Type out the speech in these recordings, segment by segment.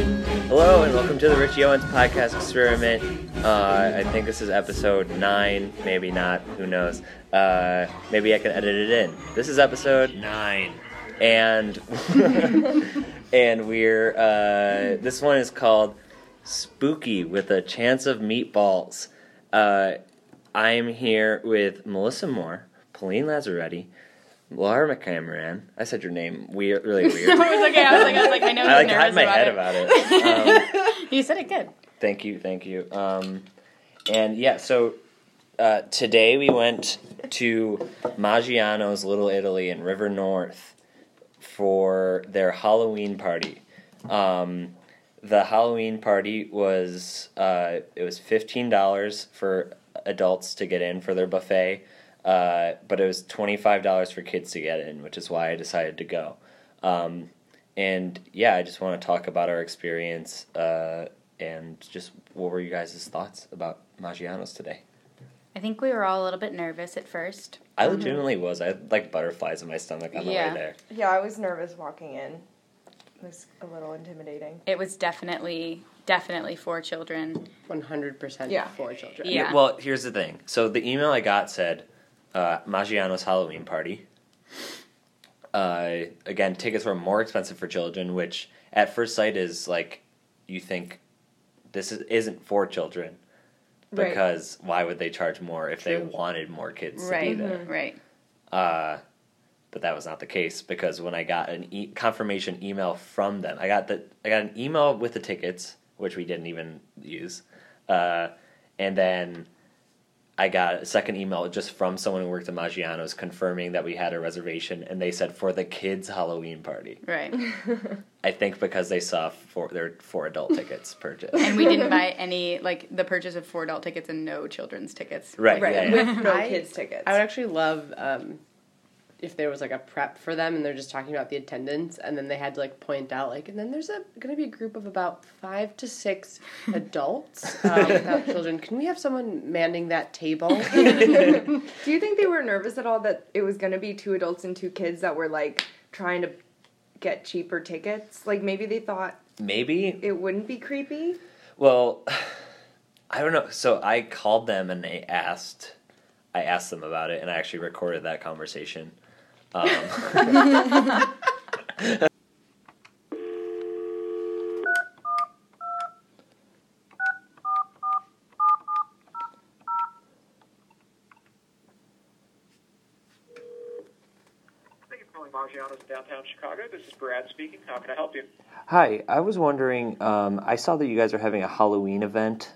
Hello and welcome to the Richie Owens podcast experiment. Uh, I think this is episode nine, maybe not. Who knows? Uh, maybe I can edit it in. This is episode nine, and and we're uh, this one is called "Spooky with a Chance of Meatballs." Uh, I'm here with Melissa Moore, Pauline Lazaretti, Laura McCameron. I said your name weird, really I weird. was okay. I was like, I was like, I know he's I like nervous had my about head it. about it. Um, You said it good. Thank you, thank you. Um, and yeah, so uh, today we went to Maggiano's Little Italy in River North for their Halloween party. Um, the Halloween party was uh, it was fifteen dollars for adults to get in for their buffet, uh, but it was twenty five dollars for kids to get in, which is why I decided to go. Um, and yeah, I just want to talk about our experience uh, and just what were you guys' thoughts about Maggiano's today? I think we were all a little bit nervous at first. I legitimately was. I had, like butterflies in my stomach on the Mm-hmm. Yeah. way there. Yeah, I was nervous walking in. It was a little intimidating. It was definitely, definitely for children. 100% Yeah. for children. Yeah. Well, here's the thing. So the email I got said uh, Maggiano's Halloween party. Uh, again, tickets were more expensive for children, which at first sight is like you think this is, isn't for children Right. because why would they charge more if they True. wanted more kids to be Right. Mm-hmm. there? Right. Uh, but that was not the case because when I got an e- confirmation email from them, I got the I got an email with the tickets, which we didn't even use, uh, and then I got a second email just from someone who worked at Maggiano's confirming that we had a reservation, and they said for the kids' Halloween party. Right. I think because they saw four there were four adult tickets purchased. and we didn't buy any like the purchase of four adult tickets and no children's tickets. Right, Right, yeah, yeah. with no I- kids tickets. I would actually love um, if there was like a prep for them and they're just talking about the attendance and then they had to like point out like, and then there's a going to be a group of about five to six adults um, without children. Can we have someone manning that table? Do you think they were nervous at all that it was going to be two adults and two kids that were like trying to get cheaper tickets? Like maybe they thought Maybe it wouldn't be creepy. Well, I don't know. So I called them and they asked, I asked them about it, and I actually recorded that conversation. Um, Thank you for calling Maggiano's in downtown Chicago. This is Brad speaking. How can I help you? Hi, I was wondering. Um, I saw that you guys are having a Halloween event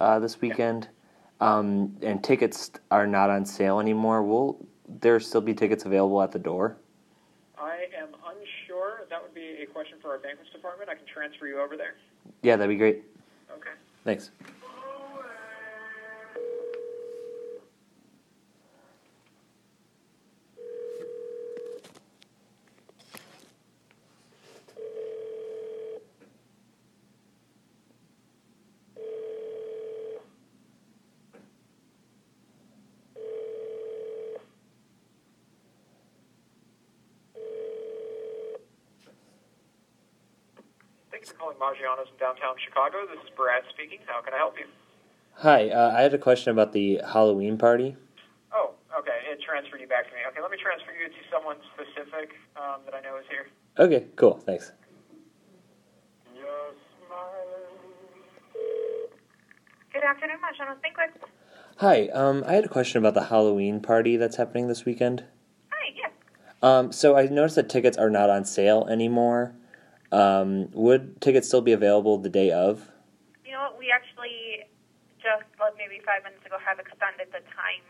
uh, this weekend, um, and tickets are not on sale anymore. Will there still be tickets available at the door? I am unsure. That would be a question for our banquets department. I can transfer you over there. Yeah, that'd be great. Okay. Thanks. Thank you for calling Maggiano's in downtown Chicago. This is Brad speaking. How can I help you? Hi, uh, I had a question about the Halloween party. Oh, okay. It transferred you back to me. Okay, let me transfer you to someone specific um, that I know is here. Okay, cool. Thanks. You're smiling. Good afternoon, Marshall. Thinkwith. Hi, um, I had a question about the Halloween party that's happening this weekend. Hi, yes. Um, so I noticed that tickets are not on sale anymore. Um, would tickets still be available the day of? You know what? We actually just, like, maybe five minutes ago, have extended the time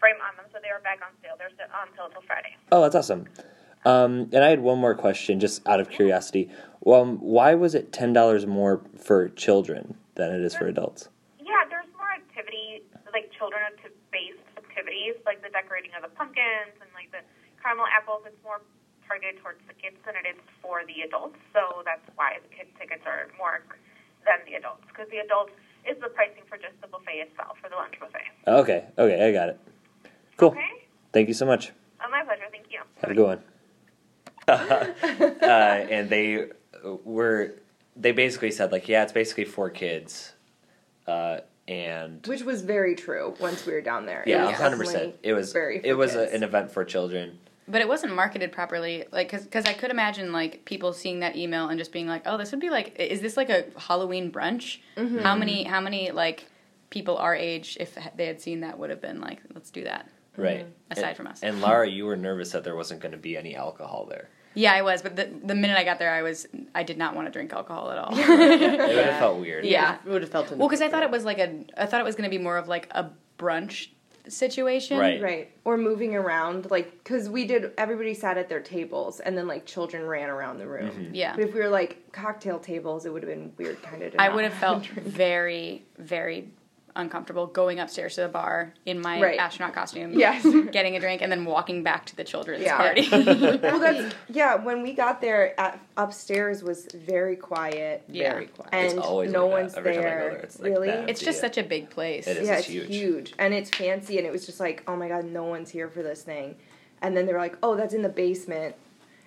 frame on them, so they are back on sale. They're still on sale till Friday. Oh, that's awesome. Um, and I had one more question, just out of curiosity. Um, why was it ten dollars more for children than it is for adults? Yeah, there's more activity, like children acti- based activities, like the decorating of the pumpkins and like the caramel apples. It's more targeted towards the kids than it is for the adults. So that's why the kids tickets are more than the adults, because the adults is the pricing for just the buffet itself, for the lunch buffet. Okay, okay, I got it. Cool. Okay. Thank you so much. Oh, my pleasure. Thank you. Have a good one. uh, and they were they basically said like, yeah, it's basically for kids, uh, and Which was very true once we were down there. It yeah, was hundred percent. definitely It was very. it was a, focused. an event for children. But it wasn't marketed properly, like because I could imagine like people seeing that email and just being like, oh, this would be like, i- is this like a Halloween brunch? How many how many like people our age, if they had seen that, would have been like, let's do that. Mm-hmm. Right. Aside And- from us. And Lara, you were nervous that there wasn't going to be any alcohol there. Yeah, I was, but the the minute I got there, I was I did not want to drink alcohol at all. It would have felt weird. Yeah. It would have felt well, because I thought it was like a I thought it was going to be more of like a brunch situation. Right. Right. Or moving around, like, because we did, everybody sat at their tables and then, like, children ran around the room. Mm-hmm. Yeah. But if we were, like, cocktail tables, it would have been weird, kind of. I would have felt very, very uncomfortable going upstairs to the bar in my Right. astronaut costume, Yes. getting a drink, and then walking back to the children's Yeah. party. well, that's, yeah, when we got there, at, upstairs was very quiet. Yeah. very quiet. And It's always no like that. one's Every time I go there. there, it's like really? that. it's just such a big place. It is. yeah, It's it's huge. huge. and it's fancy, and it was just like, oh my god, no one's here for this thing. And then they were like, oh, that's in the basement.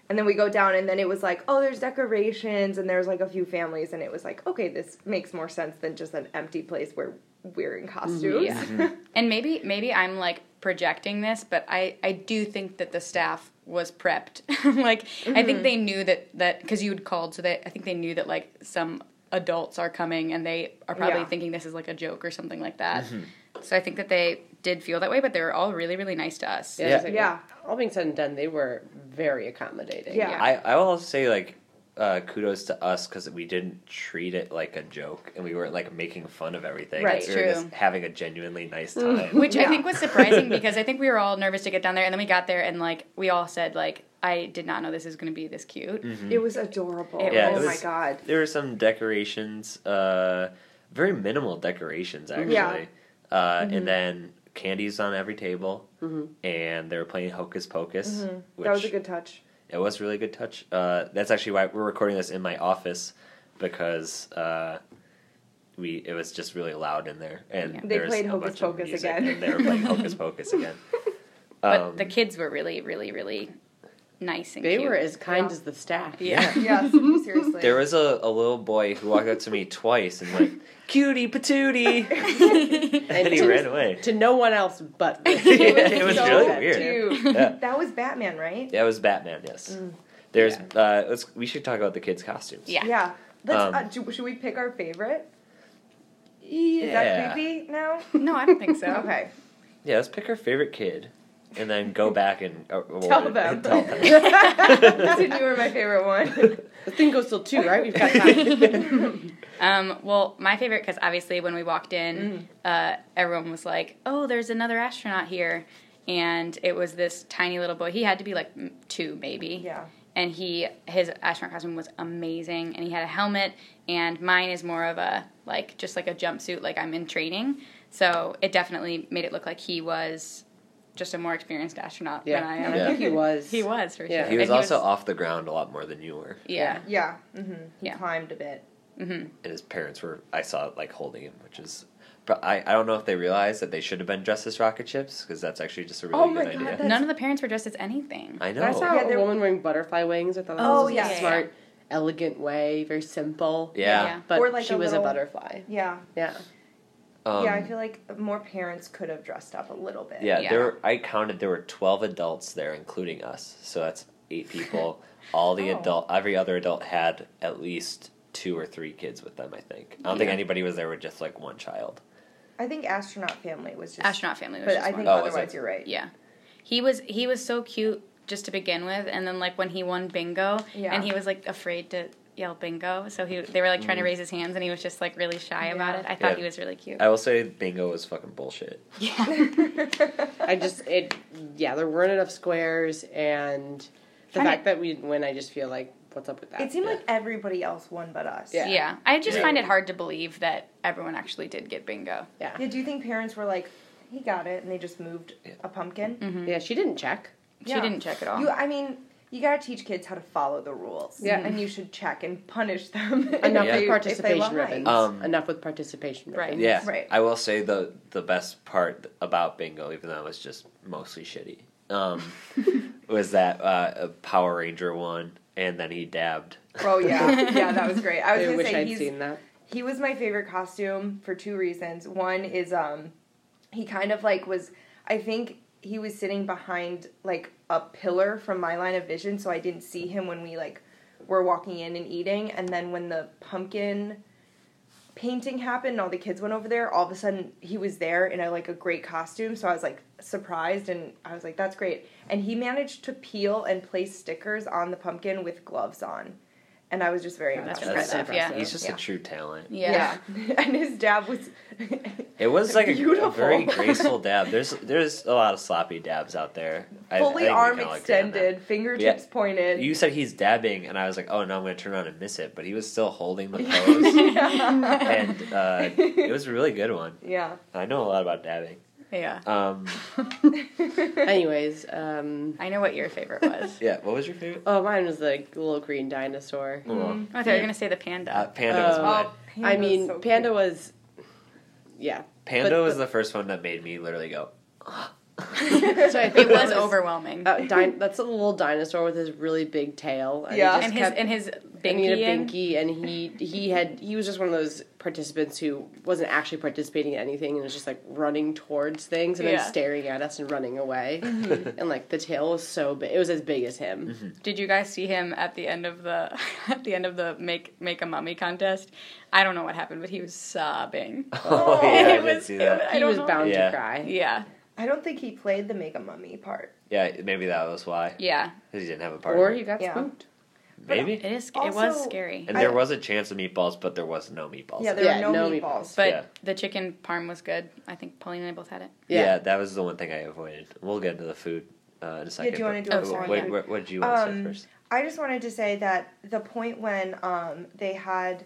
And then we go down, and then it was like, oh, there's decorations, and there's like a few families, and it was like, okay, this makes more sense than just an empty place where we're in costumes. Yeah. And maybe maybe I'm like projecting this, but I I do think that the staff was prepped. like I Mm-hmm. think they knew that that because you had called, so that I think they knew that like some adults are coming and they are probably Yeah. thinking this is like a joke or something like that. So I think that they did feel that way, but they were all really really nice to us. Yeah. just Yeah. like, Yeah. All being said and done, they were very accommodating. Yeah. I, I will also say like uh, kudos to us because we didn't treat it like a joke and we weren't like making fun of everything. Right, we were true. just having a genuinely nice Mm. time. Which I Yeah. think was surprising because I think we were all nervous to get down there, and then we got there and like we all said like I did not know this is going to be this cute. It was adorable. It Yeah, oh Mm-hmm. it my was- god. there were some decorations, uh, very minimal decorations actually. Yeah. Mm-hmm. Uh, And then candies on every table, and they were playing Hocus Pocus. Which Mm-hmm. That was a good touch. It was a really good touch. Uh, that's actually why we're recording this in my office because uh, we it was just really loud in there, and Yeah. They there was played a Hocus bunch of Pocus music, again. And they were playing Hocus Pocus again. But Um, the kids were really really really nice and They cute. were as kind Yeah. as the staff. yeah. Yes, seriously. there was a, a little boy who walked up to me twice and went, "Cutie patootie," and he to- ran away. To no one else but Yeah, me. it was so really weird. Dude, Yeah. that was Batman, right? That was Batman. Yes. There's. Uh, let's. We should talk about the kids' costumes. Yeah. Yeah. Let's, Um, uh, ju- should we pick our favorite? Yeah. Is that creepy now? No, I don't think so. okay. Yeah. Let's pick our favorite kid, and then go back and uh, Tell and them. tell them. I said you were my favorite one. The thing goes till two, right? We've got time. Um, well, my favorite because obviously when we walked in, uh, everyone was like, "Oh, there's another astronaut here," and it was this tiny little boy. He had to be like m- two, maybe. Yeah. And he his astronaut costume was amazing, and he had a helmet. And mine is more of a like just like a jumpsuit, like I'm in training. So it definitely made it look like he was just a more experienced astronaut yeah. than I I am. Yeah. think he was. He was for Yeah. sure. He was And also off the ground a lot more than you were, yeah. Yeah. Mm-hmm. He Yeah. climbed a bit. and his parents were. I saw like holding him, which is. But I, I don't know if they realized that they should have been dressed as rocket ships because that's actually just a really Oh my good God, idea. that's- None of the parents were dressed as anything. I know. I saw Yeah, a they're- woman wearing butterfly wings. I thought that Oh, was a yeah. smart, elegant way, very simple. yeah. Yeah. But Or like she a was little- a butterfly. Yeah. Yeah. Um, yeah, I feel like more parents could have dressed up a little bit. Yeah, Yeah. there. Were, I counted there were twelve adults there, including us. So that's eight people. All the Oh. adult, every other adult had at least two or three kids with them. I think. I don't think Yeah. anybody was there with just like one child. I think astronaut family was just Astronaut family was But just I one. think Oh, was otherwise it? you're right. Yeah. He was he was so cute just to begin with and then like when he won bingo Yeah. and he was like afraid to yell bingo so he they were like trying to raise his hands and he was just like really shy about Yeah. it. I thought Yeah. he was really cute. I will say, bingo was fucking bullshit. yeah. I just it yeah, there weren't enough squares and the Kinda- fact that we didn't win, I just feel like what's up with that? It seemed Yeah. like everybody else won but us. Yeah. Yeah. I just Yeah. find it hard to believe that everyone actually did get bingo. yeah. Yeah, do you think parents were like, he got it, and they just moved a pumpkin? Yeah, she didn't check. She Yeah. didn't check at all. You, I mean, you gotta teach kids how to follow the rules. Yeah. And you should check and punish them. if Enough Yeah. with they- if participation they ribbons. lie. Um, Enough with participation Right. ribbons. Yeah, Right. I will say the the best part about bingo, even though it was just mostly shitty, um, was that uh, a Power Ranger won, and then he dabbed, Oh yeah, yeah, that was great. I was I gonna wish say I'd he's seen that. he was my favorite costume for two reasons. One is um he kind of like was I think he was sitting behind like a pillar from my line of vision so I didn't see him when we like were walking in and eating and then when the pumpkin painting happened and all the kids went over there all of a sudden he was there in a like a great costume so I was like surprised and I was like that's great and he managed to peel and place stickers on the pumpkin with gloves on and I was just very That's impressed by That's- that. impressive, yeah. He's just Yeah. a true talent. Yeah. and his dab was. It was like a, a Beautiful. very graceful dab. There's there's a lot of sloppy dabs out there. I- I Fully think we arm can all agree on that. extended, fingertips pointed. You said he's dabbing, and I was like, "Oh no, I'm going to turn around and miss it." But he was still holding the pose, and uh, it was a really good one. yeah. I know a lot about dabbing. Yeah. Um, Anyways, um, I know what your favorite was. yeah, what was your favorite? oh, mine was the little green dinosaur. Um, Well, I thought you were gonna say the panda. uh, Panda was Oh. Uh, mine. Panda I was mean, so Panda cute. was, yeah. Panda but- was the first one that made me literally go. So I it think was that overwhelming. Uh, din- that's a little dinosaur with his really big tail. he Yeah. just and his kept- and his I mean, a binky. in- binky, and he he had he was just one of those participants who wasn't actually participating in anything and was just like running towards things and Yeah. then staring at us and running away. Mm-hmm. and like the tail was so big, it was as big as him. Mm-hmm. Did you guys see him at the end of the at the end of the make make a mummy contest? I don't know what happened, but he was sobbing. Oh, yeah, I it did was, see it that. I He don't was know. bound Yeah. to cry. Yeah, I don't think he played the make a mummy part. Yeah, maybe that was why. yeah. Because he didn't have a partner. Or he got Yeah. spooked. It maybe. is. It was Also- scary. And I- there was a chance of meatballs, but there was no meatballs. Yeah, there Yeah, were no, no meatballs. But Yeah. the chicken parm was good. I think Pauline and I both had it. yeah. Yeah. that was the one thing I avoided. We'll get into the food uh, in a second. do you wanna but- do a oh, song? Wait, Yeah. what, what did you want to say Um, first? I just wanted to say that the point when um, they had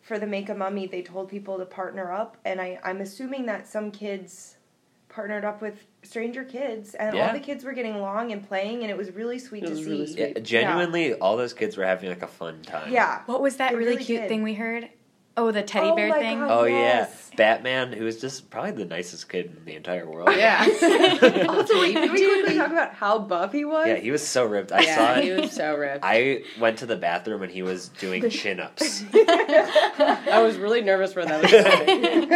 for the make a mummy, they told people to partner up, and I, I'm assuming that some kids partnered up with stranger kids, and Yeah. all the kids were getting along and playing, and it was really sweet It to was see. really sweet. Yeah, genuinely, all those kids were having like a fun time. Yeah. What was that It really, really cute did. thing we heard? Oh, the teddy Oh bear my thing. God. Oh Yes. yeah, Batman, who is just probably the nicest kid in the entire world. Yeah, Also, wait, can we quickly talk about how buff he was? yeah, he was so ripped. I saw yeah, it. he was so ripped. I, I went to the bathroom and he was doing chin ups, was really nervous for that. was happening.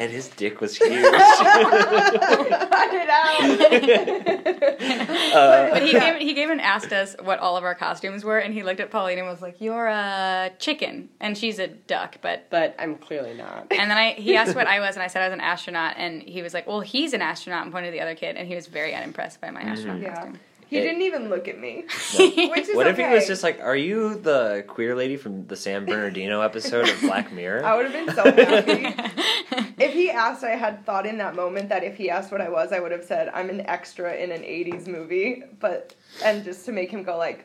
and his dick was huge. Cut it out. Uh, But he came, he came and asked us what all of our costumes were, and he looked at Pauline and was like, "You're a chicken," and she's a duck. But but I'm clearly not. and then I he asked what I was, and I said I was an astronaut, and he was like, "Well, he's an astronaut," and pointed to the other kid, and he was very unimpressed by Mm-hmm. my astronaut Yeah. costume. He It- didn't even look at me. Which is what if he was okay. just like, "Are you the queer lady from the San Bernardino episode of Black Mirror?" I would have been so happy. if he asked, I had thought in that moment that if he asked what I was, I would have said, I'm an extra in an 80s movie. But, and just to make him go like,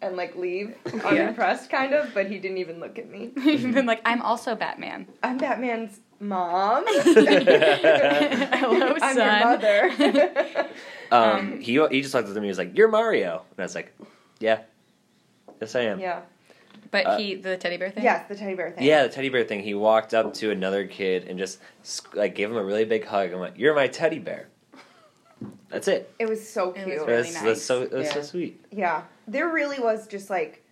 and like leave unimpressed kind of, but he didn't even look at me. He's been like, "I'm also Batman." I'm Batman's mom. Hello, Oh, I'm son. your mother. Um, he he just looked at me. He was like, "You're Mario," and I was like, "Yeah, yes, I am." Yeah, yeah. But Uh, he the teddy bear thing. Yes, the teddy bear thing. the teddy bear thing. He walked up to another kid and just sc- like gave him a really big hug and went, "You're my teddy bear." That's it. It was so It was cute. Really that's, nice. that's so that's so Yeah. sweet. Yeah. There really was just like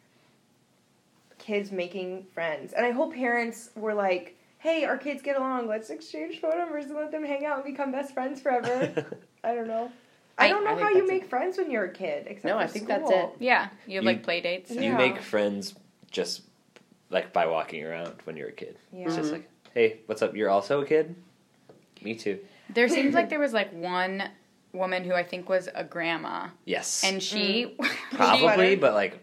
kids making friends. And I hope parents were like, hey, our kids get along. Let's exchange phone numbers and let them hang out and become best friends forever. I don't know. I, I- don't I know think how you that's make friends when you're a kid. Except No, for I think that's school. Yeah, you have You- like play dates. You Yeah. make friends just like by walking around when you're a kid. It's just like, "Hey, what's up? You're also a kid." Me too. There seems like there was like one woman who I think was a grandma, Yes. and Mm. she probably, sweater. but like,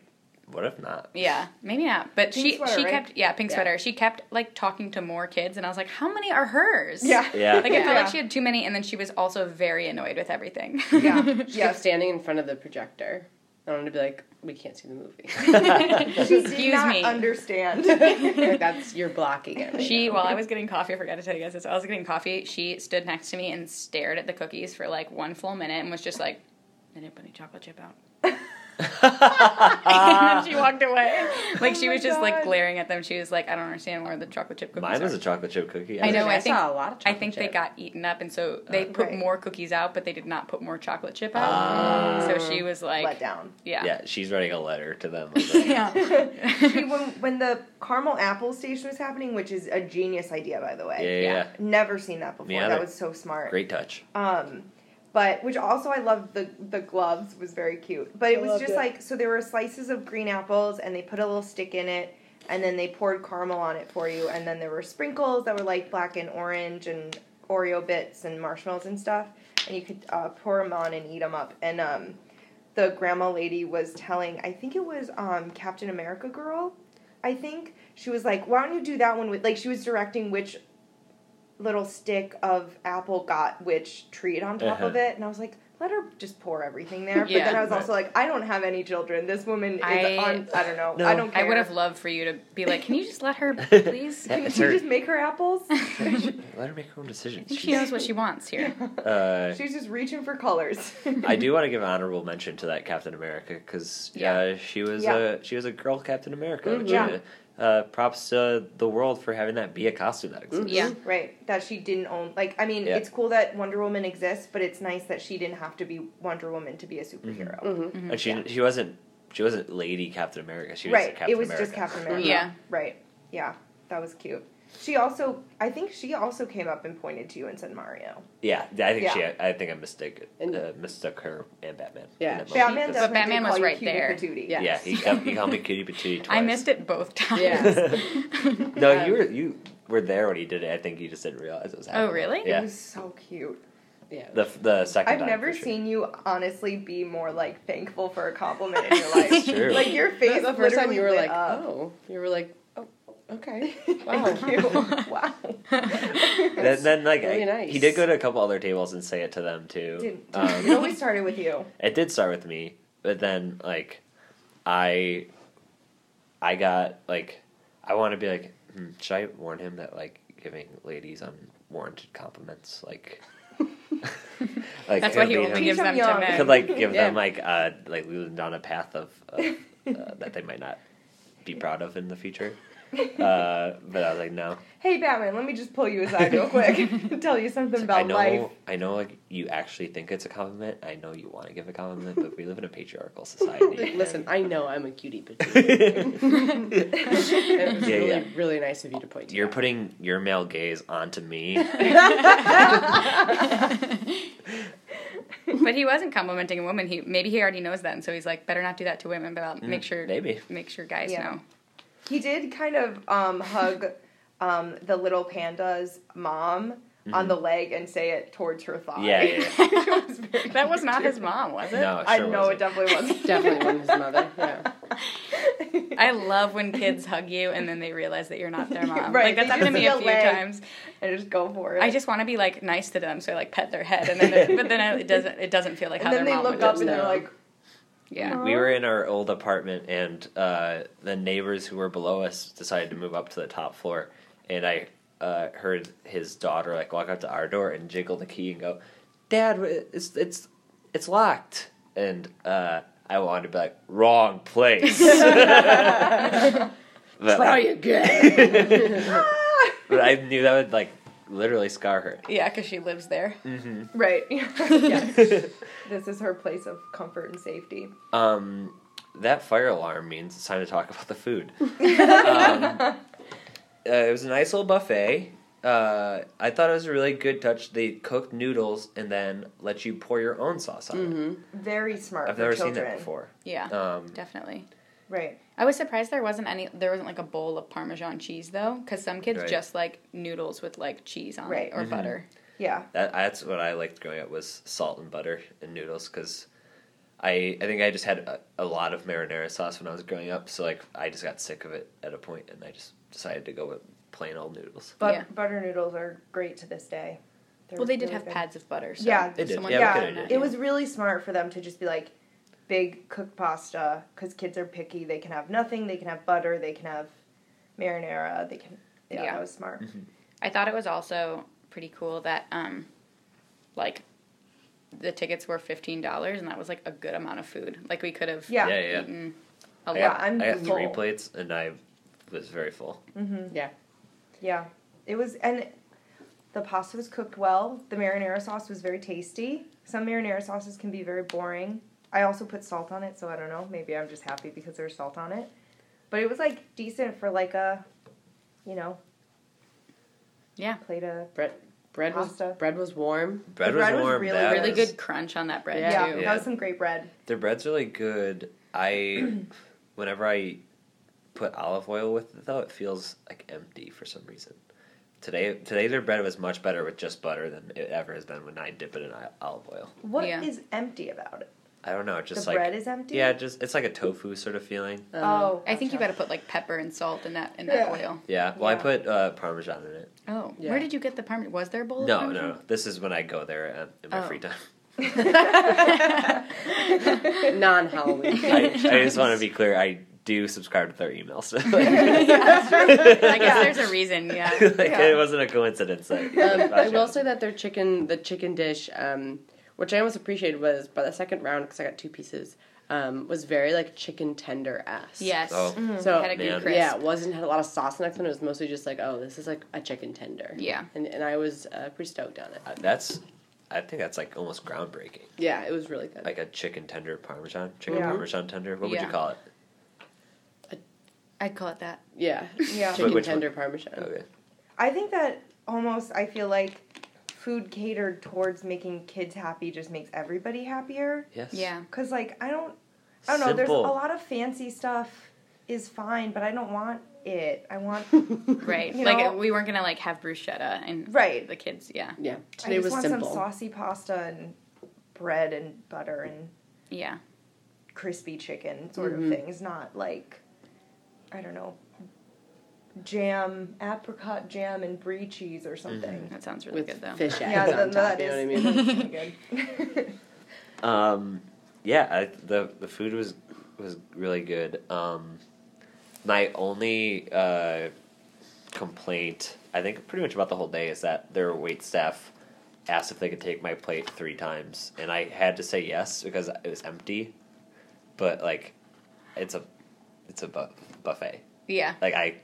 what if not? Yeah, maybe not. But Pink she sweater, she right? kept yeah pink Yeah. sweater. She kept like talking to more kids, and I was like, how many are hers? Yeah. Yeah. Like I felt Yeah. like she had too many, and then she was also very annoyed with everything. Yeah. She kept yes. standing in front of the projector. I wanted to be like, we can't see the movie. She did Excuse not me. understand. like, that's you're blocking it. right She while I was getting coffee, I forgot to tell you guys this. I was getting coffee. She stood next to me and stared at the cookies for like one full minute, and was just like, "Did anybody chocolate chip out?" and then she walked away. Like she Oh my was just God. like glaring at them. She was like, I don't understand where the chocolate chip cookies Mine are. was a chocolate chip cookie. I know. I, I think- saw a lot of I chocolate think they chip. got eaten up, and so they put Uh, right. more cookies out, but they did not put more chocolate chip out. so she was like, Oh. let down. Yeah. Yeah, she's writing a letter to them. Like, yeah. See, when when the caramel apple station was happening, which is a genius idea, by the way. yeah, yeah, yeah. Never seen that before. Me either. that was so smart. Great touch. Um, but which also I loved the the gloves was very cute. But it was loved just it. like so there were slices of green apples and they put a little stick in it and then they poured caramel on it for you and then there were sprinkles that were like black and orange and Oreo bits and marshmallows and stuff and you could uh, pour them on and eat them up and um. The grandma lady was telling, I think it was um, Captain America Girl, I think. She was like, why don't you do that one with, like, she was directing which little stick of apple got which treat on top Uh-huh. of it, and I was like, let her just pour everything there. But Yeah. then I was also like, I don't have any children. This woman is I- on. I don't know. No. I don't care. I would have loved for you to be like, can you just let her, please? Yeah, Can it's you her- just make her apples? Let her make her own I decisions. think she knows what she wants here. Uh, She's just reaching for colors. I do want to give an honorable mention to that Captain America because yeah, Yeah. she was Yeah. a she was a girl Captain America. Mhm. which, Yeah. uh, uh, props to the world for having that be a costume that exists. Yeah. right. That she didn't own. Like, I mean, Yeah. it's cool that Wonder Woman exists, but it's nice that she didn't have to be Wonder Woman to be a superhero. Mm-hmm. And she she wasn't she wasn't Lady Captain America. She was Right. Captain It was America. just Captain America. Yeah. Right. Yeah. That was cute. She also, I think she also came up and pointed to you and said Mario. Yeah, I think Yeah. she. I think I mistook And- uh, mistook her and Batman. Yeah, in that she- moment, Batman because- definitely Batman did was call you right Cutie there. Patootie. Yeah. Yeah, he, called, he called me Cutie Patootie twice. I missed it both times. Yeah. no, you were Um, you were there when he did it. I think you just didn't realize it was happening. Oh, really? Yeah. It was so cute. Yeah. the the 2nd I've time, never for sure. seen you honestly be more like thankful for a compliment in your life. It's true. Like your The- face the first time literally you were lit like, up. oh, you were like, oh, okay, "Oh, wow. Thank you. Wow. Then, then like really I- nice. he did go to a couple other tables and say it to them too. Didn't- Um, it always started with you. it did start with me, but then like I I got like I want to be like hmm, should I warn him that like giving ladies unwarranted compliments like like That's why it'll he be only him- gives Teach them 'em to young. could men. like give Yeah. them like uh like lead them down a path of, of uh, that they might not be proud of in the future. Uh, but I was like, no, Hey Batman, let me just pull you aside real quick and tell you something about I know, life. I know, like you actually think it's a compliment. I know you want to give a compliment, but we live in a patriarchal society. Like, listen, I know I'm a cutie, but and- it was Yeah, really, yeah. really nice of you to point to. you're that. putting your male gaze onto me. But he wasn't complimenting a woman. He maybe he already knows that, and so he's like, better not do that to women. But I'll make sure Mm, Maybe make sure guys Yeah. know. He did kind of um, hug um, the little panda's mom on the leg and say it towards her thigh. Mm-hmm. Yeah, yeah, It was very That was not his mom, was it? no, it I sure know wasn't. it definitely wasn't. definitely one his mother. Yeah. I love when kids hug you and then they realize that you're not their mom. Right, Like that's they happened to me just see a a few leg. times. and just go for it. I just want to be like nice to them, so I like pet their head, and then but then I, it doesn't it doesn't feel like how and then their they mom look would up do. and they're No. like, Yeah, We were in our old apartment, and uh, the neighbors who were below us decided to move up to the top floor. And I uh, heard his daughter like walk up to our door and jiggle the key and go, "Dad, it's it's it's locked." And uh, I wanted to be like, "Wrong place." but, Try again. but I knew that would like literally scar her. yeah, because she lives there. Mm. Right. Yes. this is her place of comfort and safety. Um, that fire alarm means it's time to talk about the food. um, uh, it was a nice little buffet. Uh, I thought it was a really good touch. They cooked noodles and then let you pour your own sauce on it. Very smart. I've Mm-hmm. for never children. seen that before. Yeah, Um, definitely. Right. I was surprised there wasn't any. There wasn't like a bowl of Parmesan cheese though, because some kids Right. Mm-hmm. just like noodles with like cheese on Right. it or butter. Yeah. that, that's what I liked growing up was salt and butter and noodles because I I think I just had a, a lot of marinara sauce when I was growing up. So like I just got sick of it at a point and I just decided to go with plain old noodles. But Yeah. butter noodles are great to this day. They're Well, they did really have good. pads of butter. So Yeah, They did. someone Yeah, could we have could've done did that. yeah. It was really smart for them to just be like big cooked pasta because kids are picky. They can have nothing. They can have butter. They can have marinara. They can. Yeah, Yeah. that was Mm-hmm. smart. I thought it was also pretty cool that um like the tickets were fifteen dollars, and that was like a good amount of food. Like we could have Yeah. Yeah, yeah. eaten I a lot. got, I'm I got three full. plates and I was very full. Yeah. Yeah. It was, and the pasta was cooked well. The marinara sauce was very tasty. Some marinara sauces can be very boring. I also put salt on it, so I don't know. Maybe I'm just happy because there's salt on it. But it was like decent for like a, you know, Yeah. plate of. Bread bread Pasta. was bread was warm. Bread, bread was was warm. really, that Really was- good crunch on that bread Yeah, too. Yeah. that was some great bread. Their bread's really good. I, whenever I put olive oil with it though, it feels like empty for some reason. Today, today their bread was much better with just butter than it ever has been when I dip it in i- olive oil. What is Yeah. empty about it? I don't know, it just the like bread is empty. yeah, it just it's like a tofu sort of feeling. Um, oh, I think you got to gotcha. put like pepper and salt in that in that Yeah. oil. Yeah, well, I Yeah. put uh, parmesan in it. Oh, Yeah. where did you get the parmesan? Was there a bowl? No, of no, parmesan? no, this is when I go there um, in my Oh. free time. Non Halloween. I, I just want to be clear. I do subscribe to their emails. So like, I guess there's a reason. Yeah. it wasn't a coincidence. That, um, I will say that their chicken, the chicken dish, um, which I almost appreciated, was by the second round because I got two pieces, um, was very like chicken tender esque. Yes. Mm-hmm. Oh. Mm-hmm. So Had a good Man. crisp. yeah, it wasn't had a lot of sauce in that one. It was mostly just like, oh, this is like a chicken tender. Yeah. and and I was uh, pretty stoked on it. Uh, That's, I think that's like almost groundbreaking. Yeah, it was really good. Like a chicken tender parmesan, chicken Yeah. parmesan tender. What would Yeah. you call it? I'd call it that. yeah, Yeah. chicken which one? tender parmesan. Okay. I think that almost I feel like food catered towards making kids happy just makes everybody happier. Yes. Yeah. Cause like I don't, I don't know. There's a Simple. lot of fancy stuff is fine, but I don't want it. I want Right. You like know- we weren't gonna like have bruschetta and Right. the kids. Yeah. Yeah, I today just was want simple. some saucy pasta and bread and butter and Yeah. crispy chicken sort of things, not like I don't know jam, apricot jam and brie cheese or Mm-hmm. something. That sounds really with good though. fish Yeah, eggs on th- top. that You know what I is mean? really good. Um, yeah. I, the the food was was really good. Um, my only uh, complaint, I think, pretty much about the whole day is that their wait staff asked if they could take my plate three times, and I had to say yes because it was empty. But like, it's a it's a bu- buffet. Yeah. like I,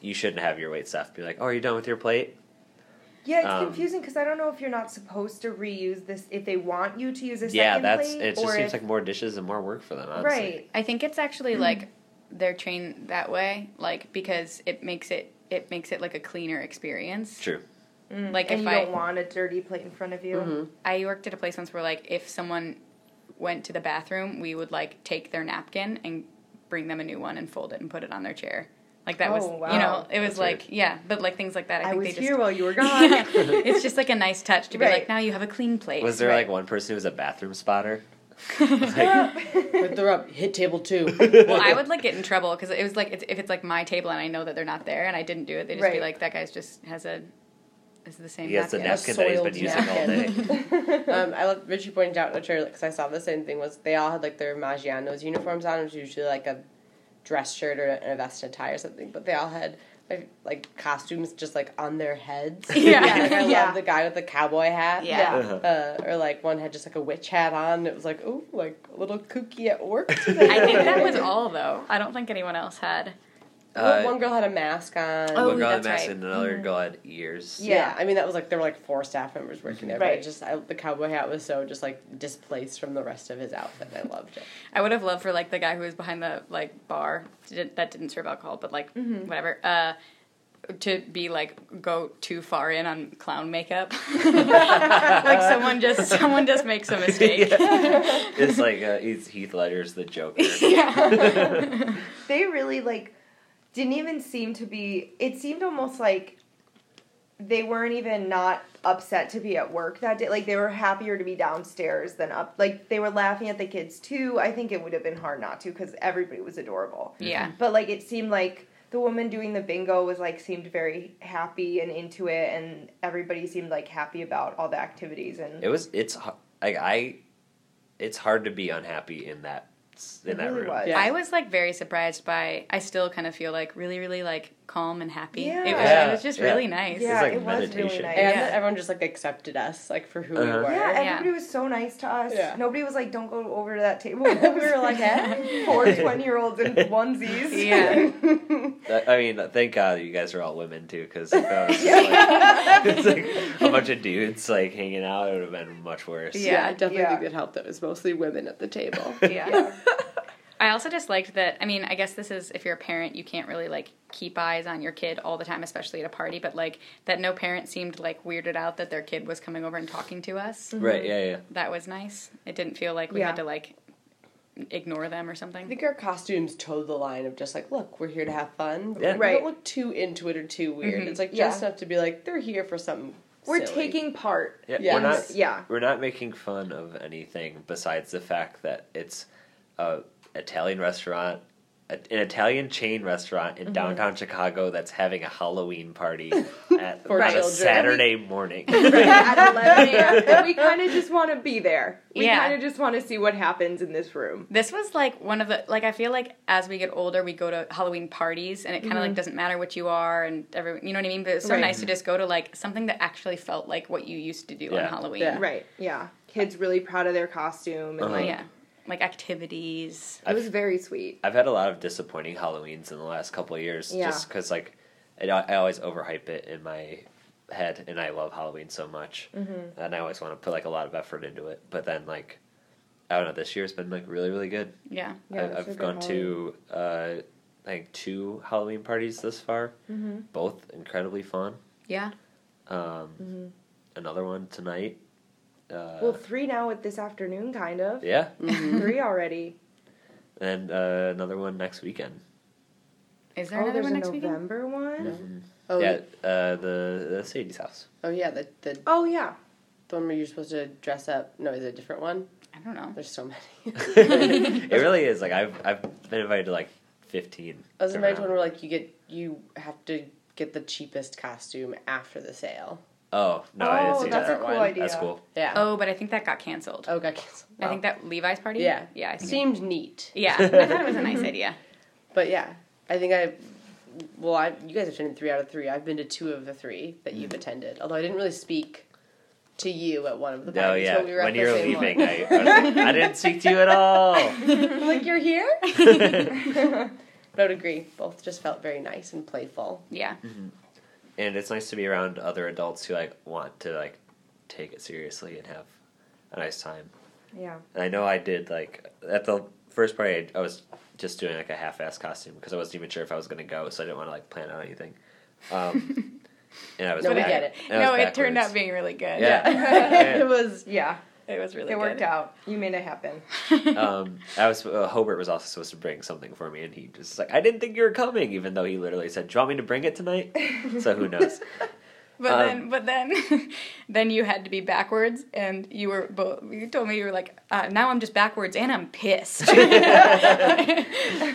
you shouldn't have your wait staff be like, "Oh, are you done with your plate?" yeah, it's Um, confusing because I don't know if you're not supposed to reuse this if they want you to use a yeah, second that's plate it. Just or seems if- like more dishes and more work for them. Honestly. right. I think it's actually Mm-hmm. like they're trained that way, like because it makes it it makes it like a cleaner experience. True. Like Mm. and if you I don't want a dirty plate in front of you. Mm-hmm. I worked at a place once where like if someone went to the bathroom, we would like take their napkin and bring them a new one and fold it and put it on their chair. Like that was Oh, wow. you know, it was That's like weird. yeah, but like things like that I, I, think was they just here while you were gone. it's just like a nice touch to be Right. like now you have a clean plate. Was there Right. like one person who was a bathroom spotter? But they're up. Hit table two. well, I would like get in trouble because it was like it's, if it's like my table and I know that they're not there and I didn't do it, they'd just be Right. like that guy's just has a is the same. He has the napkin. napkin that he's been using soiled all day. napkin. um, I love Richie pointed out in the trailer because I saw the same thing was they all had like their Magianos uniforms on, which is usually like a dress shirt or a vest and a tie or something. But they all had like, like costumes just like on their heads. Yeah. like, I Yeah. love the guy with the cowboy hat. Yeah. Uh-huh. Uh, or like one had just like a witch hat on. It was like oh, like a little kooky at work. I think that was all though. I don't think anyone else had. Uh, one girl had a mask on. Oh, one girl had that's a mask right. and another girl had ears. Mm-hmm. Yeah. Yeah. I mean that was like there were like four staff members working there, but Right. it just I, the cowboy hat was so just like displaced from the rest of his outfit. I loved it. I would have loved for like the guy who was behind the like bar did, that didn't serve alcohol, but like Mm-hmm. whatever. Uh, to be like go too far in on clown makeup, like someone just someone just makes a mistake. It's like uh, he's Heath Ledger's the Joker. they really like didn't even seem to be it seemed almost like they weren't even not upset to be at work that day like they were happier to be downstairs than up like they were laughing at the kids too i think it would have been hard not to because everybody was adorable Yeah. but like it seemed like the woman doing the bingo was like seemed very happy and into it and everybody seemed like happy about all the activities and it was. It's h- like I. It's hard to be unhappy in that s- in It that really room. was. Yeah. I was like very surprised by. I still kind of feel like really, really like calm and happy. Yeah. It, was, Yeah, it was just yeah. really nice. Yeah, like it was really meditation. nice. And Yeah. that everyone just like accepted us like for who we Uh-huh. were. Yeah, Yeah. everybody was so nice to us. Yeah. Nobody was like, "Don't go over to that table." we were like, eh? four 20 year olds in onesies. Yeah. That- I mean, thank God you guys are all women too, because if that was just like, it's like a bunch of dudes like hanging out, it would have been much worse. Yeah. Yeah, I definitely Yeah. think it helped that it was mostly women at the table. yeah. I also just liked that. I mean, I guess this is if you're a parent, you can't really like keep eyes on your kid all the time, especially at a party. But like that, no parent seemed like weirded out that their kid was coming over and talking to us. Right? Yeah, yeah. That was nice. It didn't feel like we Mm. Yeah. had to like ignore them or something. I think our costumes towed the line of just like, look, we're here to have fun. But Yeah. like, we Right. don't look too into it or too weird. It's like Yeah. just enough to be like, they're here for something. We're silly. taking part. Yeah, Yeah. we're not. Yeah. we're not making fun of anything besides the fact that it's a Italian restaurant, a- an Italian chain restaurant in downtown Chicago that's having a Halloween party at For on a children. Saturday morning. at 11 a.m. And we kind of just want to be there. We Yeah. kind of just want to see what happens in this room. This was like one of the like I feel like as we get older we go to Halloween parties and it kind of like doesn't matter what you are and every you know what I mean but it's so Right. nice to just go to like something that actually felt like what you used to do on Yeah. Halloween. Yeah. Right. Yeah. Kids really proud of their costume. And Uh-huh. like, Yeah. Like activities. it was very sweet. I've had a lot of disappointing Halloweens in the last couple of years, Yeah. just because like I, I always overhype it in my head, and I love Halloween so much, mm-hmm. and I always want to put like a lot of effort into it. But then like I don't know, this year's been like really really good. Yeah. Yeah, I, it's a I've good gone to uh, I think two Halloween parties this far, both incredibly fun. Yeah. Um, Another one tonight. Uh, Well, three now with this afternoon, kind of. yeah, Three already. and uh, another one next weekend. Is there Oh, another there's one a next weekend? November one. Oh yeah, yeah, uh, the, the Sadie's house. oh, yeah the, the, Oh yeah. the one where you're supposed to dress up. No, is it a different one? I don't know. There's so many. it really is. Like I've I've been invited to like fifteen. I was invited to one around. where like you get you have to get the cheapest costume after the sale. Oh no, I didn't oh, see that's that. a cool one. idea. That's cool. Yeah. Oh, but I think that got canceled. Oh, got canceled. I think that Levi's party? Yeah. Yeah, I think. seemed neat. yeah. I thought it was a nice idea. But yeah, I think I. Well, I you guys have attended three out of three. I've been to two of the three that you've Mm-hmm. attended. Although I didn't really speak to you at one of the No, parties Oh, yeah. when we were When at the you were same leaving, One. I, I, was like, I didn't speak to you at all. I'm like you're here. but I would agree. Both just felt very nice and playful. Yeah. and it's nice to be around other adults who like want to like take it seriously and have a nice time. Yeah. And I know I did like at the first party I, I was just doing like a half-ass costume because I wasn't even sure if I was gonna go, so I didn't want to like plan out anything. Um, and I was No, we back- get it. and I No, was it turned backwards. out being really good. Yeah. it was Yeah. It was really it good. worked out. You made it happen. um, I was uh, Hobart was also supposed to bring something for me, and he just like I didn't think you were coming, even though he literally said, "Do you want me to bring it tonight?" so who knows? But Um, then, but then, then you had to be backwards, and you were both. You told me you were like, uh, now I'm just backwards, and I'm pissed.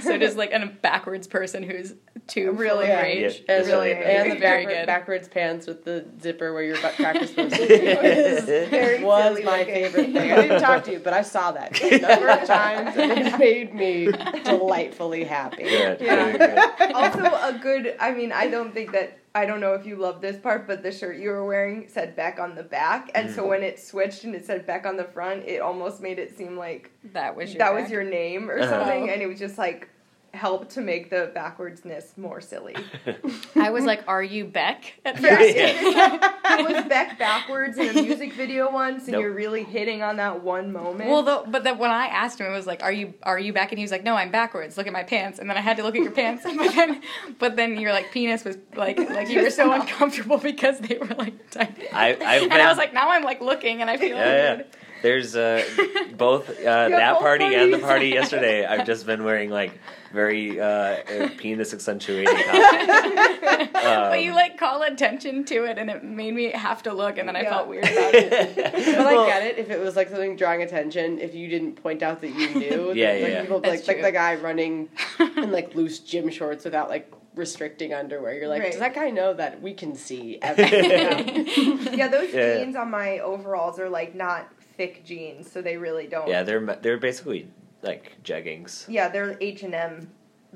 so just like a backwards person who's too Really really yeah. rage. Yeah, and, really and the good. Very backward- good. backwards pants with the zipper where your butt crack was supposed to Very was silly my looking. favorite thing. I didn't talk to you, but I saw that a number of times, and it made me delightfully happy. Good, Yeah. good, good. also a good i mean i don't think that i don't know if you love this part but the shirt you were wearing said back on the back and Mm-hmm. so when it switched and it said back on the front it almost made it seem like That was your that back- was your name or Uh-huh. something and it was just like helped to make the backwardsness more silly I was like, are you Beck? At Yeah. first. it was back backwards in a music video once and Nope. you're really hitting on that one moment Well, though, but then when I asked him, it was like, "Are you are you back?" And he was like, "No, I'm backwards. Look at my pants." And then I had to look at your pants, but then, but then your like penis was like like you were so uncomfortable because they were like tight. I- I've and been- I was like, now I'm like looking, and I feel "Oh, yeah, yeah. weird. There's uh, both uh, that both party and the parties. party yesterday. I've just been wearing like very uh, uh, penis accentuated costumes. But you like call attention to it, and it made me have to look, and then I Yeah. felt weird about it. But Well, I get it if it was like something drawing attention. If you didn't point out that you Yeah, knew, then, yeah, like, yeah. people That's like like true. the guy running in like loose gym shorts without like restricting underwear. You're like, Right. does that guy know that we can see everything? yeah those Yeah. jeans on my overalls are like not thick jeans so they really don't yeah, they're ma- they're basically like jeggings. Yeah, they're H and M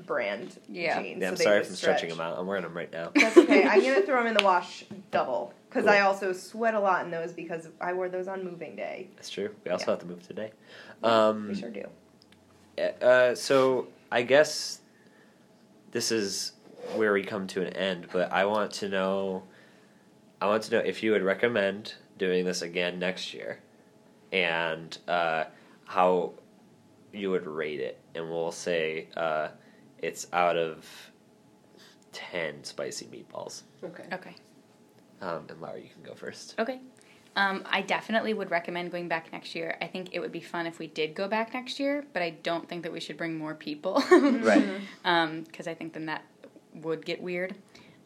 brand Yeah. jeans. Yeah, so I'm they sorry just if I'm stretching stretch. them out. I'm wearing them right now. That's okay. I'm gonna throw them in the wash double because I Cool. also sweat a lot in those because I wore those on moving day. That's true. We also Yeah. have to move today. Um, We sure do. uh, so I guess this is where we come to an end, but I want to know I want to know if you would recommend doing this again next year and uh, how you would rate it. And we'll say uh, it's out of 10 spicy meatballs. Okay. Okay. Um, and Laura, you can go first. Okay. Um, I definitely would recommend going back next year. I think it would be fun if we did go back next year, but I don't think that we should bring more people. Right. Mm-hmm. because I think then that would get weird.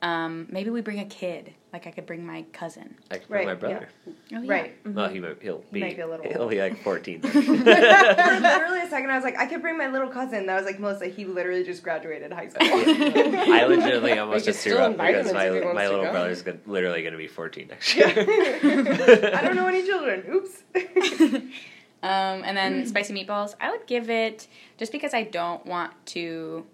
Um, maybe we bring a kid. Like I could bring my cousin. I can bring Right, my yeah. brother. Oh, yeah. Right. Well, he might, he'll be, might be a little he'll old. be like 14 then. For literally a second, I was like, I could bring my little cousin. And I was like, Melissa, he literally just graduated high school. I legitimately almost could just threw still up invite him because and see my, if he wants my to little go. brother's gonna, literally going to be 14 next year. I don't know any children. Oops. Um, and then spicy meatballs. I would give it just because I don't want to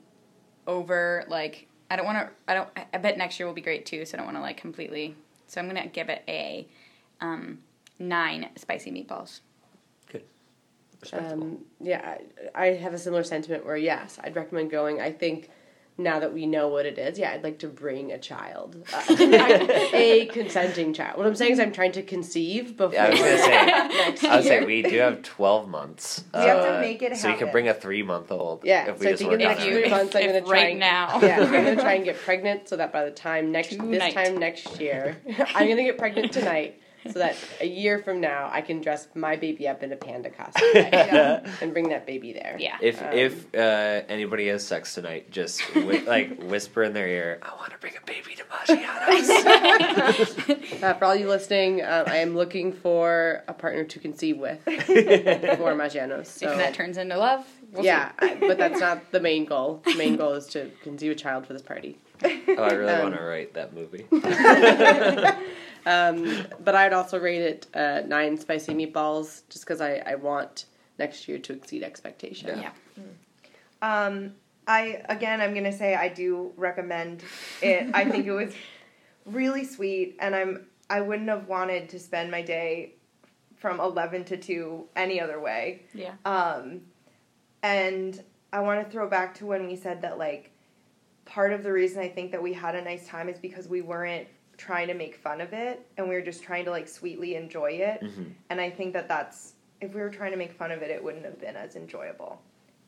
over like I don't want to. I don't. I- I bet next year will be great too. So I don't want to like completely. So I'm gonna give it a um, nine spicy meatballs. Good. Respectable. Um, yeah, I, I have a similar sentiment where yes, I'd recommend going. I think now that we know what it is, yeah, I'd like to bring a child, uh, a consenting child. What I'm saying is, I'm trying to conceive before. yeah, I was going to say, next I would say year. we do have 12 months. uh, We have to make it So you can happen. bring a three month old Yeah, if we so I just think work in the on next three it. months I'm If gonna try right and, now. Yeah, I'm gonna try and get pregnant so that by the time next Tonight. this time next year, I'm gonna get pregnant tonight so that a year from now I can dress my baby up in a panda costume and bring that baby there. Yeah. If Um, if uh, anybody has sex tonight, just whi- like whisper in their ear, "I want to bring a baby to Maggiano's." Uh, for all you listening, um, I am looking for a partner to conceive with for Magianos. So, if that turns into love, we'll yeah, I- but that's not the main goal. The main goal is to conceive a child for this party. oh, I really Um, want to write that movie. Um, but I would also rate it uh, nine spicy meatballs just because I, I want next year to exceed expectation. see. Yeah. Um, I again, I'm gonna say I do recommend it. I think it was really sweet, and I'm I wouldn't have wanted to spend my day from 11 to 2 any other way. Yeah. Um, and I want to throw back to when we said that like part of the reason I think that we had a nice time is because we weren't trying to make fun of it and we were just trying to like sweetly enjoy it. Mhm. And I think that that's if we were trying to make fun of it, it wouldn't have been as enjoyable.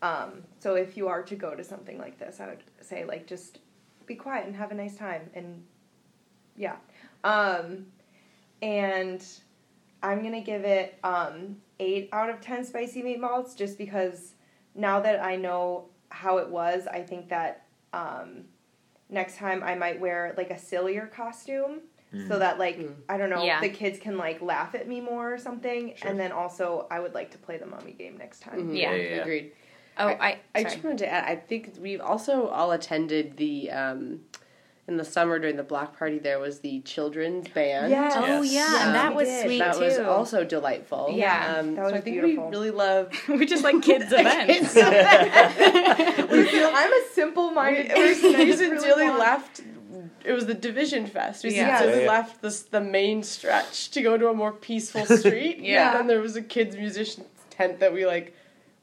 Um, so if you are to go to something like this, I would say like just be quiet and have a nice time and yeah. Um, and I'm gonna give it um, eight out of ten spicy meatballs just because now that I know how it was, I think that um, next time I might wear like a sillier costume so that like I don't know Yeah. the kids can like laugh at me more or something. Sure. Mm-hmm. And then also I would like to play the mummy game next time. Mhm. Yeah. yeah. Agreed. Oh, I. I sorry. just wanted to add, I think we've also all attended the, um, in the summer during the block party, there was the children's band. Yes. Oh Yes. yeah, Yeah, and that we was did. sweet that too. was also delightful. Yeah, um, that was so I think beautiful. we really love. we just like kids events. We feel- I'm a simple minded person. I We just sincerely want- left. It was the Division Fest. We Yeah. sincerely Yeah, yeah. left this, the main stretch to go to a more peaceful street. Yeah. and then there was a kids musicians tent that we like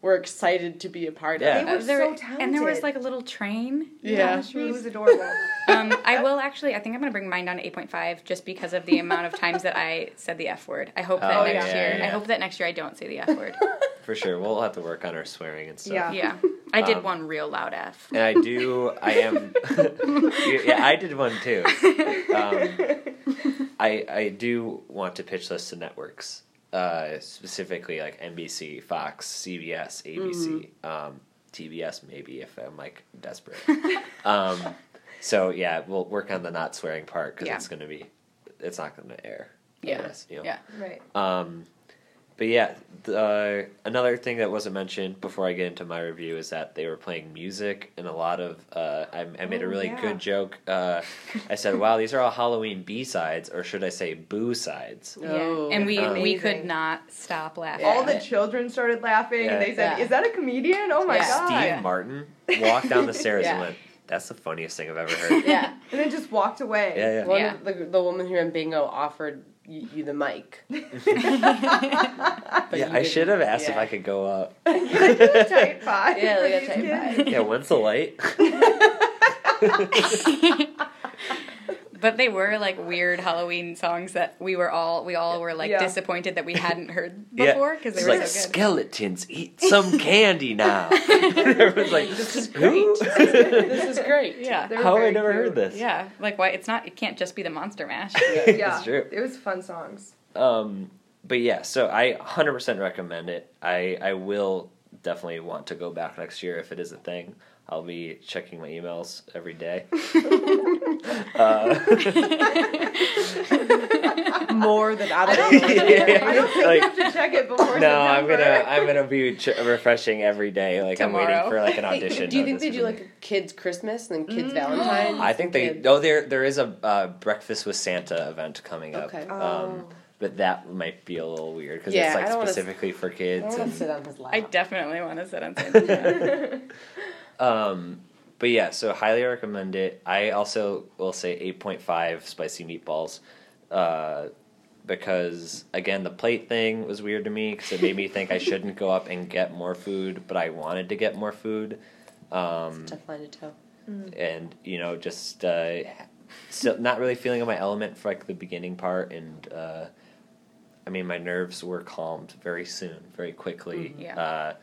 were excited to be a part Yeah. of. They were so And there was talented. like a little train. Yeah. Gosh, It we- was adorable. um, I will actually. I think I'm gonna bring mine down to 8.5 just because of the amount of times that I said the f word. I hope that Oh, next yeah, year. yeah, I yeah. hope that next year I don't say the f word. For sure, we'll have to work on our swearing and stuff. Yeah. yeah, I did Um, one real loud f. And I do. I am. yeah, I did one too. Um, I I do want to pitch this to networks, uh, specifically like NBC, Fox, CBS, ABC, Mm-hmm. um, TBS, maybe if I'm like desperate. um, so yeah, we'll work on the not swearing part because Yeah. it's gonna be, it's not gonna air. I Yeah. guess, you know? Yeah. right. Um, But yeah, the, uh, another thing that wasn't mentioned before I get into my review is that they were playing music and a lot of. Uh, I, I made a Oh, really yeah. good joke. Uh, I said, "Wow, these are all Halloween B sides, or should I say boo sides?" Oh, and we we amazing. could not stop laughing. All at the it. children started laughing, and they said, Yeah. "Is that a comedian? Oh my Yeah. god!" Steve Yeah. Martin walked down the stairs and Yeah. went, "That's the funniest thing I've ever heard." yeah. And then just walked away. Yeah, yeah. One Yeah. of the, the woman here in bingo offered you, you the mic. But yeah, you I should have didn't. asked if Yeah. I could go up. type five. Yeah, for like a these type kids. five. Yeah, when's the light? But they were like weird Halloween songs that we were all we all were like Yeah. disappointed that we hadn't heard Yeah. before because It's they were like so good. skeletons eat some candy now. Everyone's like, This is "Who?" This is great. Yeah, They're How have I very never cute. heard this? yeah. Like why? It's not. It can't just be the Monster Mash. Yeah, it's true. It was fun songs. Um, but yeah, so I 100% recommend it. I I will definitely want to go back next year if it is a thing. I'll be checking my emails every day. uh, More than other I don't think like, you have to check it before. no, I'm gonna September. I'm gonna be ch- refreshing every day. Like I'm waiting Tomorrow. for like an audition. Do you of think this they do for me. like a kids Christmas and then kids Valentine's? I think they. and kids- Oh, there there is a uh, breakfast with Santa event coming up. Okay. Um, Oh. but that might be a little weird because Yeah, it's like I don't wanna s- specifically for I kids. don't want And, to sit on his lap. I definitely want to sit on stage. um, but yeah, so highly recommend it. I also will say eight point five spicy meatballs. Uh, because again, the plate thing was weird to me because it made me think I shouldn't go up and get more food, but I wanted to get more food. Um, Tough line to toe. and you know just uh, still not really feeling in my element for like the beginning part and uh, i mean my nerves were calmed very soon very quickly Mhm. Yeah. uh,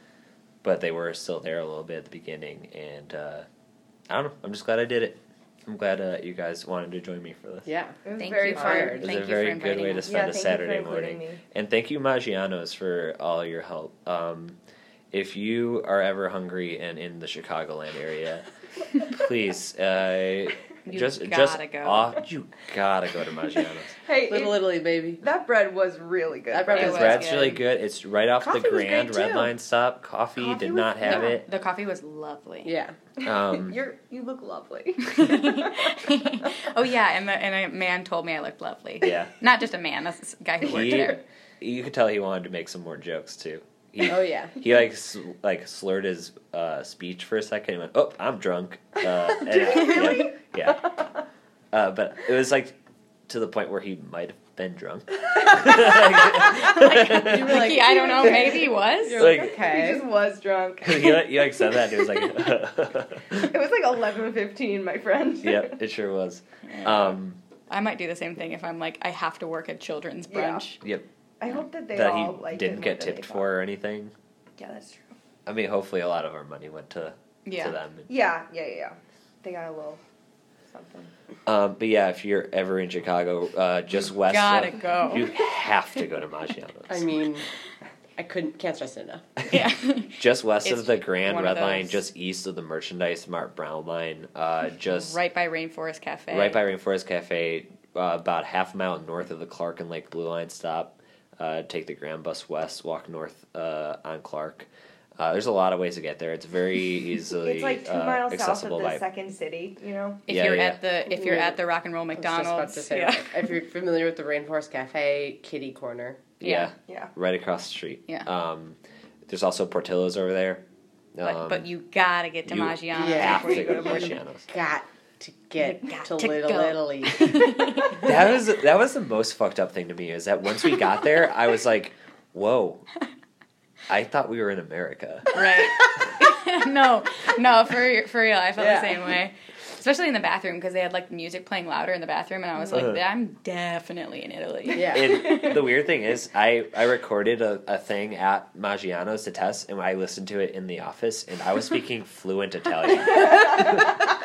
but they were still there a little bit at the beginning and uh, i don't know i'm just glad i did it i'm glad uh, you guys wanted to join me for this Yeah. It was Thank very you for fun. it was thank a you for very good inviting way to us. spend Yeah, a thank you for saturday including morning me. and thank you magianos for all your help um, if you are ever hungry and in the chicagoland area please uh, You just just gotta go. off, you gotta go to Maggiano's. Hey, Little it- Italy, baby. that bread was really good. That bread It The was bread's good. really good. It's right off Coffee the was great, Grand Red too. Line stop. Coffee, Coffee did was- not have No, it. The coffee was lovely. Yeah. Um, You're you look lovely. oh yeah, and the, and a man told me I looked lovely. yeah, Not just a man, that's a guy who worked he. there. You could tell he wanted to make some more jokes too. He, Oh yeah. he like sl- like slurred his uh, speech for a second. and went, "Oh, I'm drunk." Uh, and- Yeah. yeah. Uh, but it was like to the point where he might have been drunk. You were Like, he- I don't know, maybe he was. You're Like- like, okay. He just was drunk. he, like, he like said that. And he was like, It was like eleven fifteen, my friend. "Yep, it sure was." Um, I might do the same thing if I'm like I have to work at children's Yeah. brunch. yep. I hope that they that all he liked it didn't more get than tipped they for or anything. thought. Yeah, that's true. I mean, hopefully, a lot of our money went to Yeah. to them. Yeah, yeah, yeah. yeah. They got a little something. Um, but yeah, if you're ever in Chicago, uh, just west, Gotta of, go. You have to go to Maggiano's. I mean, I couldn't. Can't stress it enough. Yeah. just west It's of the Grand one Red of Line, those. just east of the Merchandise Mart Brown Line, uh, just right by Rainforest Cafe. right by Rainforest Cafe, uh, about half a mile north of the Clark and Lake Blue Line stop. Uh, take the Grand Bus West, walk north uh, on Clark. Uh, there's a lot of ways to get there. It's very easily It's like two uh, miles south of accessible the by second city, you know? If Yeah, you're yeah. at the if you're at the Rock and Roll I was just about McDonald's. to say, yeah. if you're familiar with the Rainforest Cafe Kitty Corner, yeah. Yeah. right across the street. Yeah. Um, there's also Portillo's over there. But, Um, but you gotta get to you Maggiano's have before to you go to go to Maggiano's. got to get You got to, to Little go. Italy. that was that was the most fucked up thing to me is that once we got there, I was like, "Whoa, I thought we were in America." Right. no, no, for for real, I felt Yeah. the same way. Especially in the bathroom because they had like music playing louder in the bathroom, and I was Uh-huh. like, I'm definitely in Italy. Yeah. And the weird thing is, I I recorded a, a thing at Maggiano's to test, and I listened to it in the office, and I was speaking fluent Italian.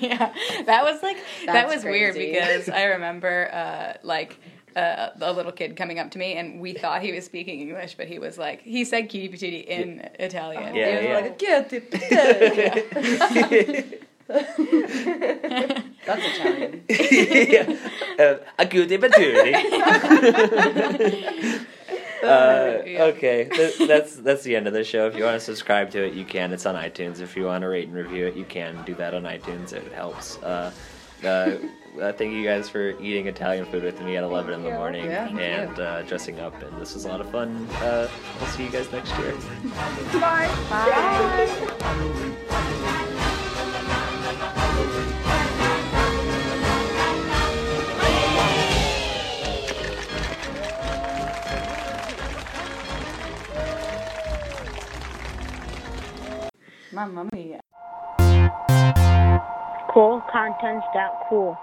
yeah, that was like that That's was weird crazy. because I remember uh, like uh, a little kid coming up to me and we thought he was speaking English, but he was like he said cutie patootie in Italian. Yeah, They were yeah. like, "Get it done." That's Italian. yeah. Uh, a good opportunity. Uh, Yeah. Okay, Th- that's that's the end of the show. If you want to subscribe to it, you can. It's on iTunes. If you want to rate and review it, you can do that on iTunes. It helps. Uh, uh, uh, thank you guys for eating Italian food with me at 11 in the morning Yeah, thank and uh, dressing up. And this was a lot of fun. Uh, I'll see you guys next year. Mamma mia. Cool contents that cool.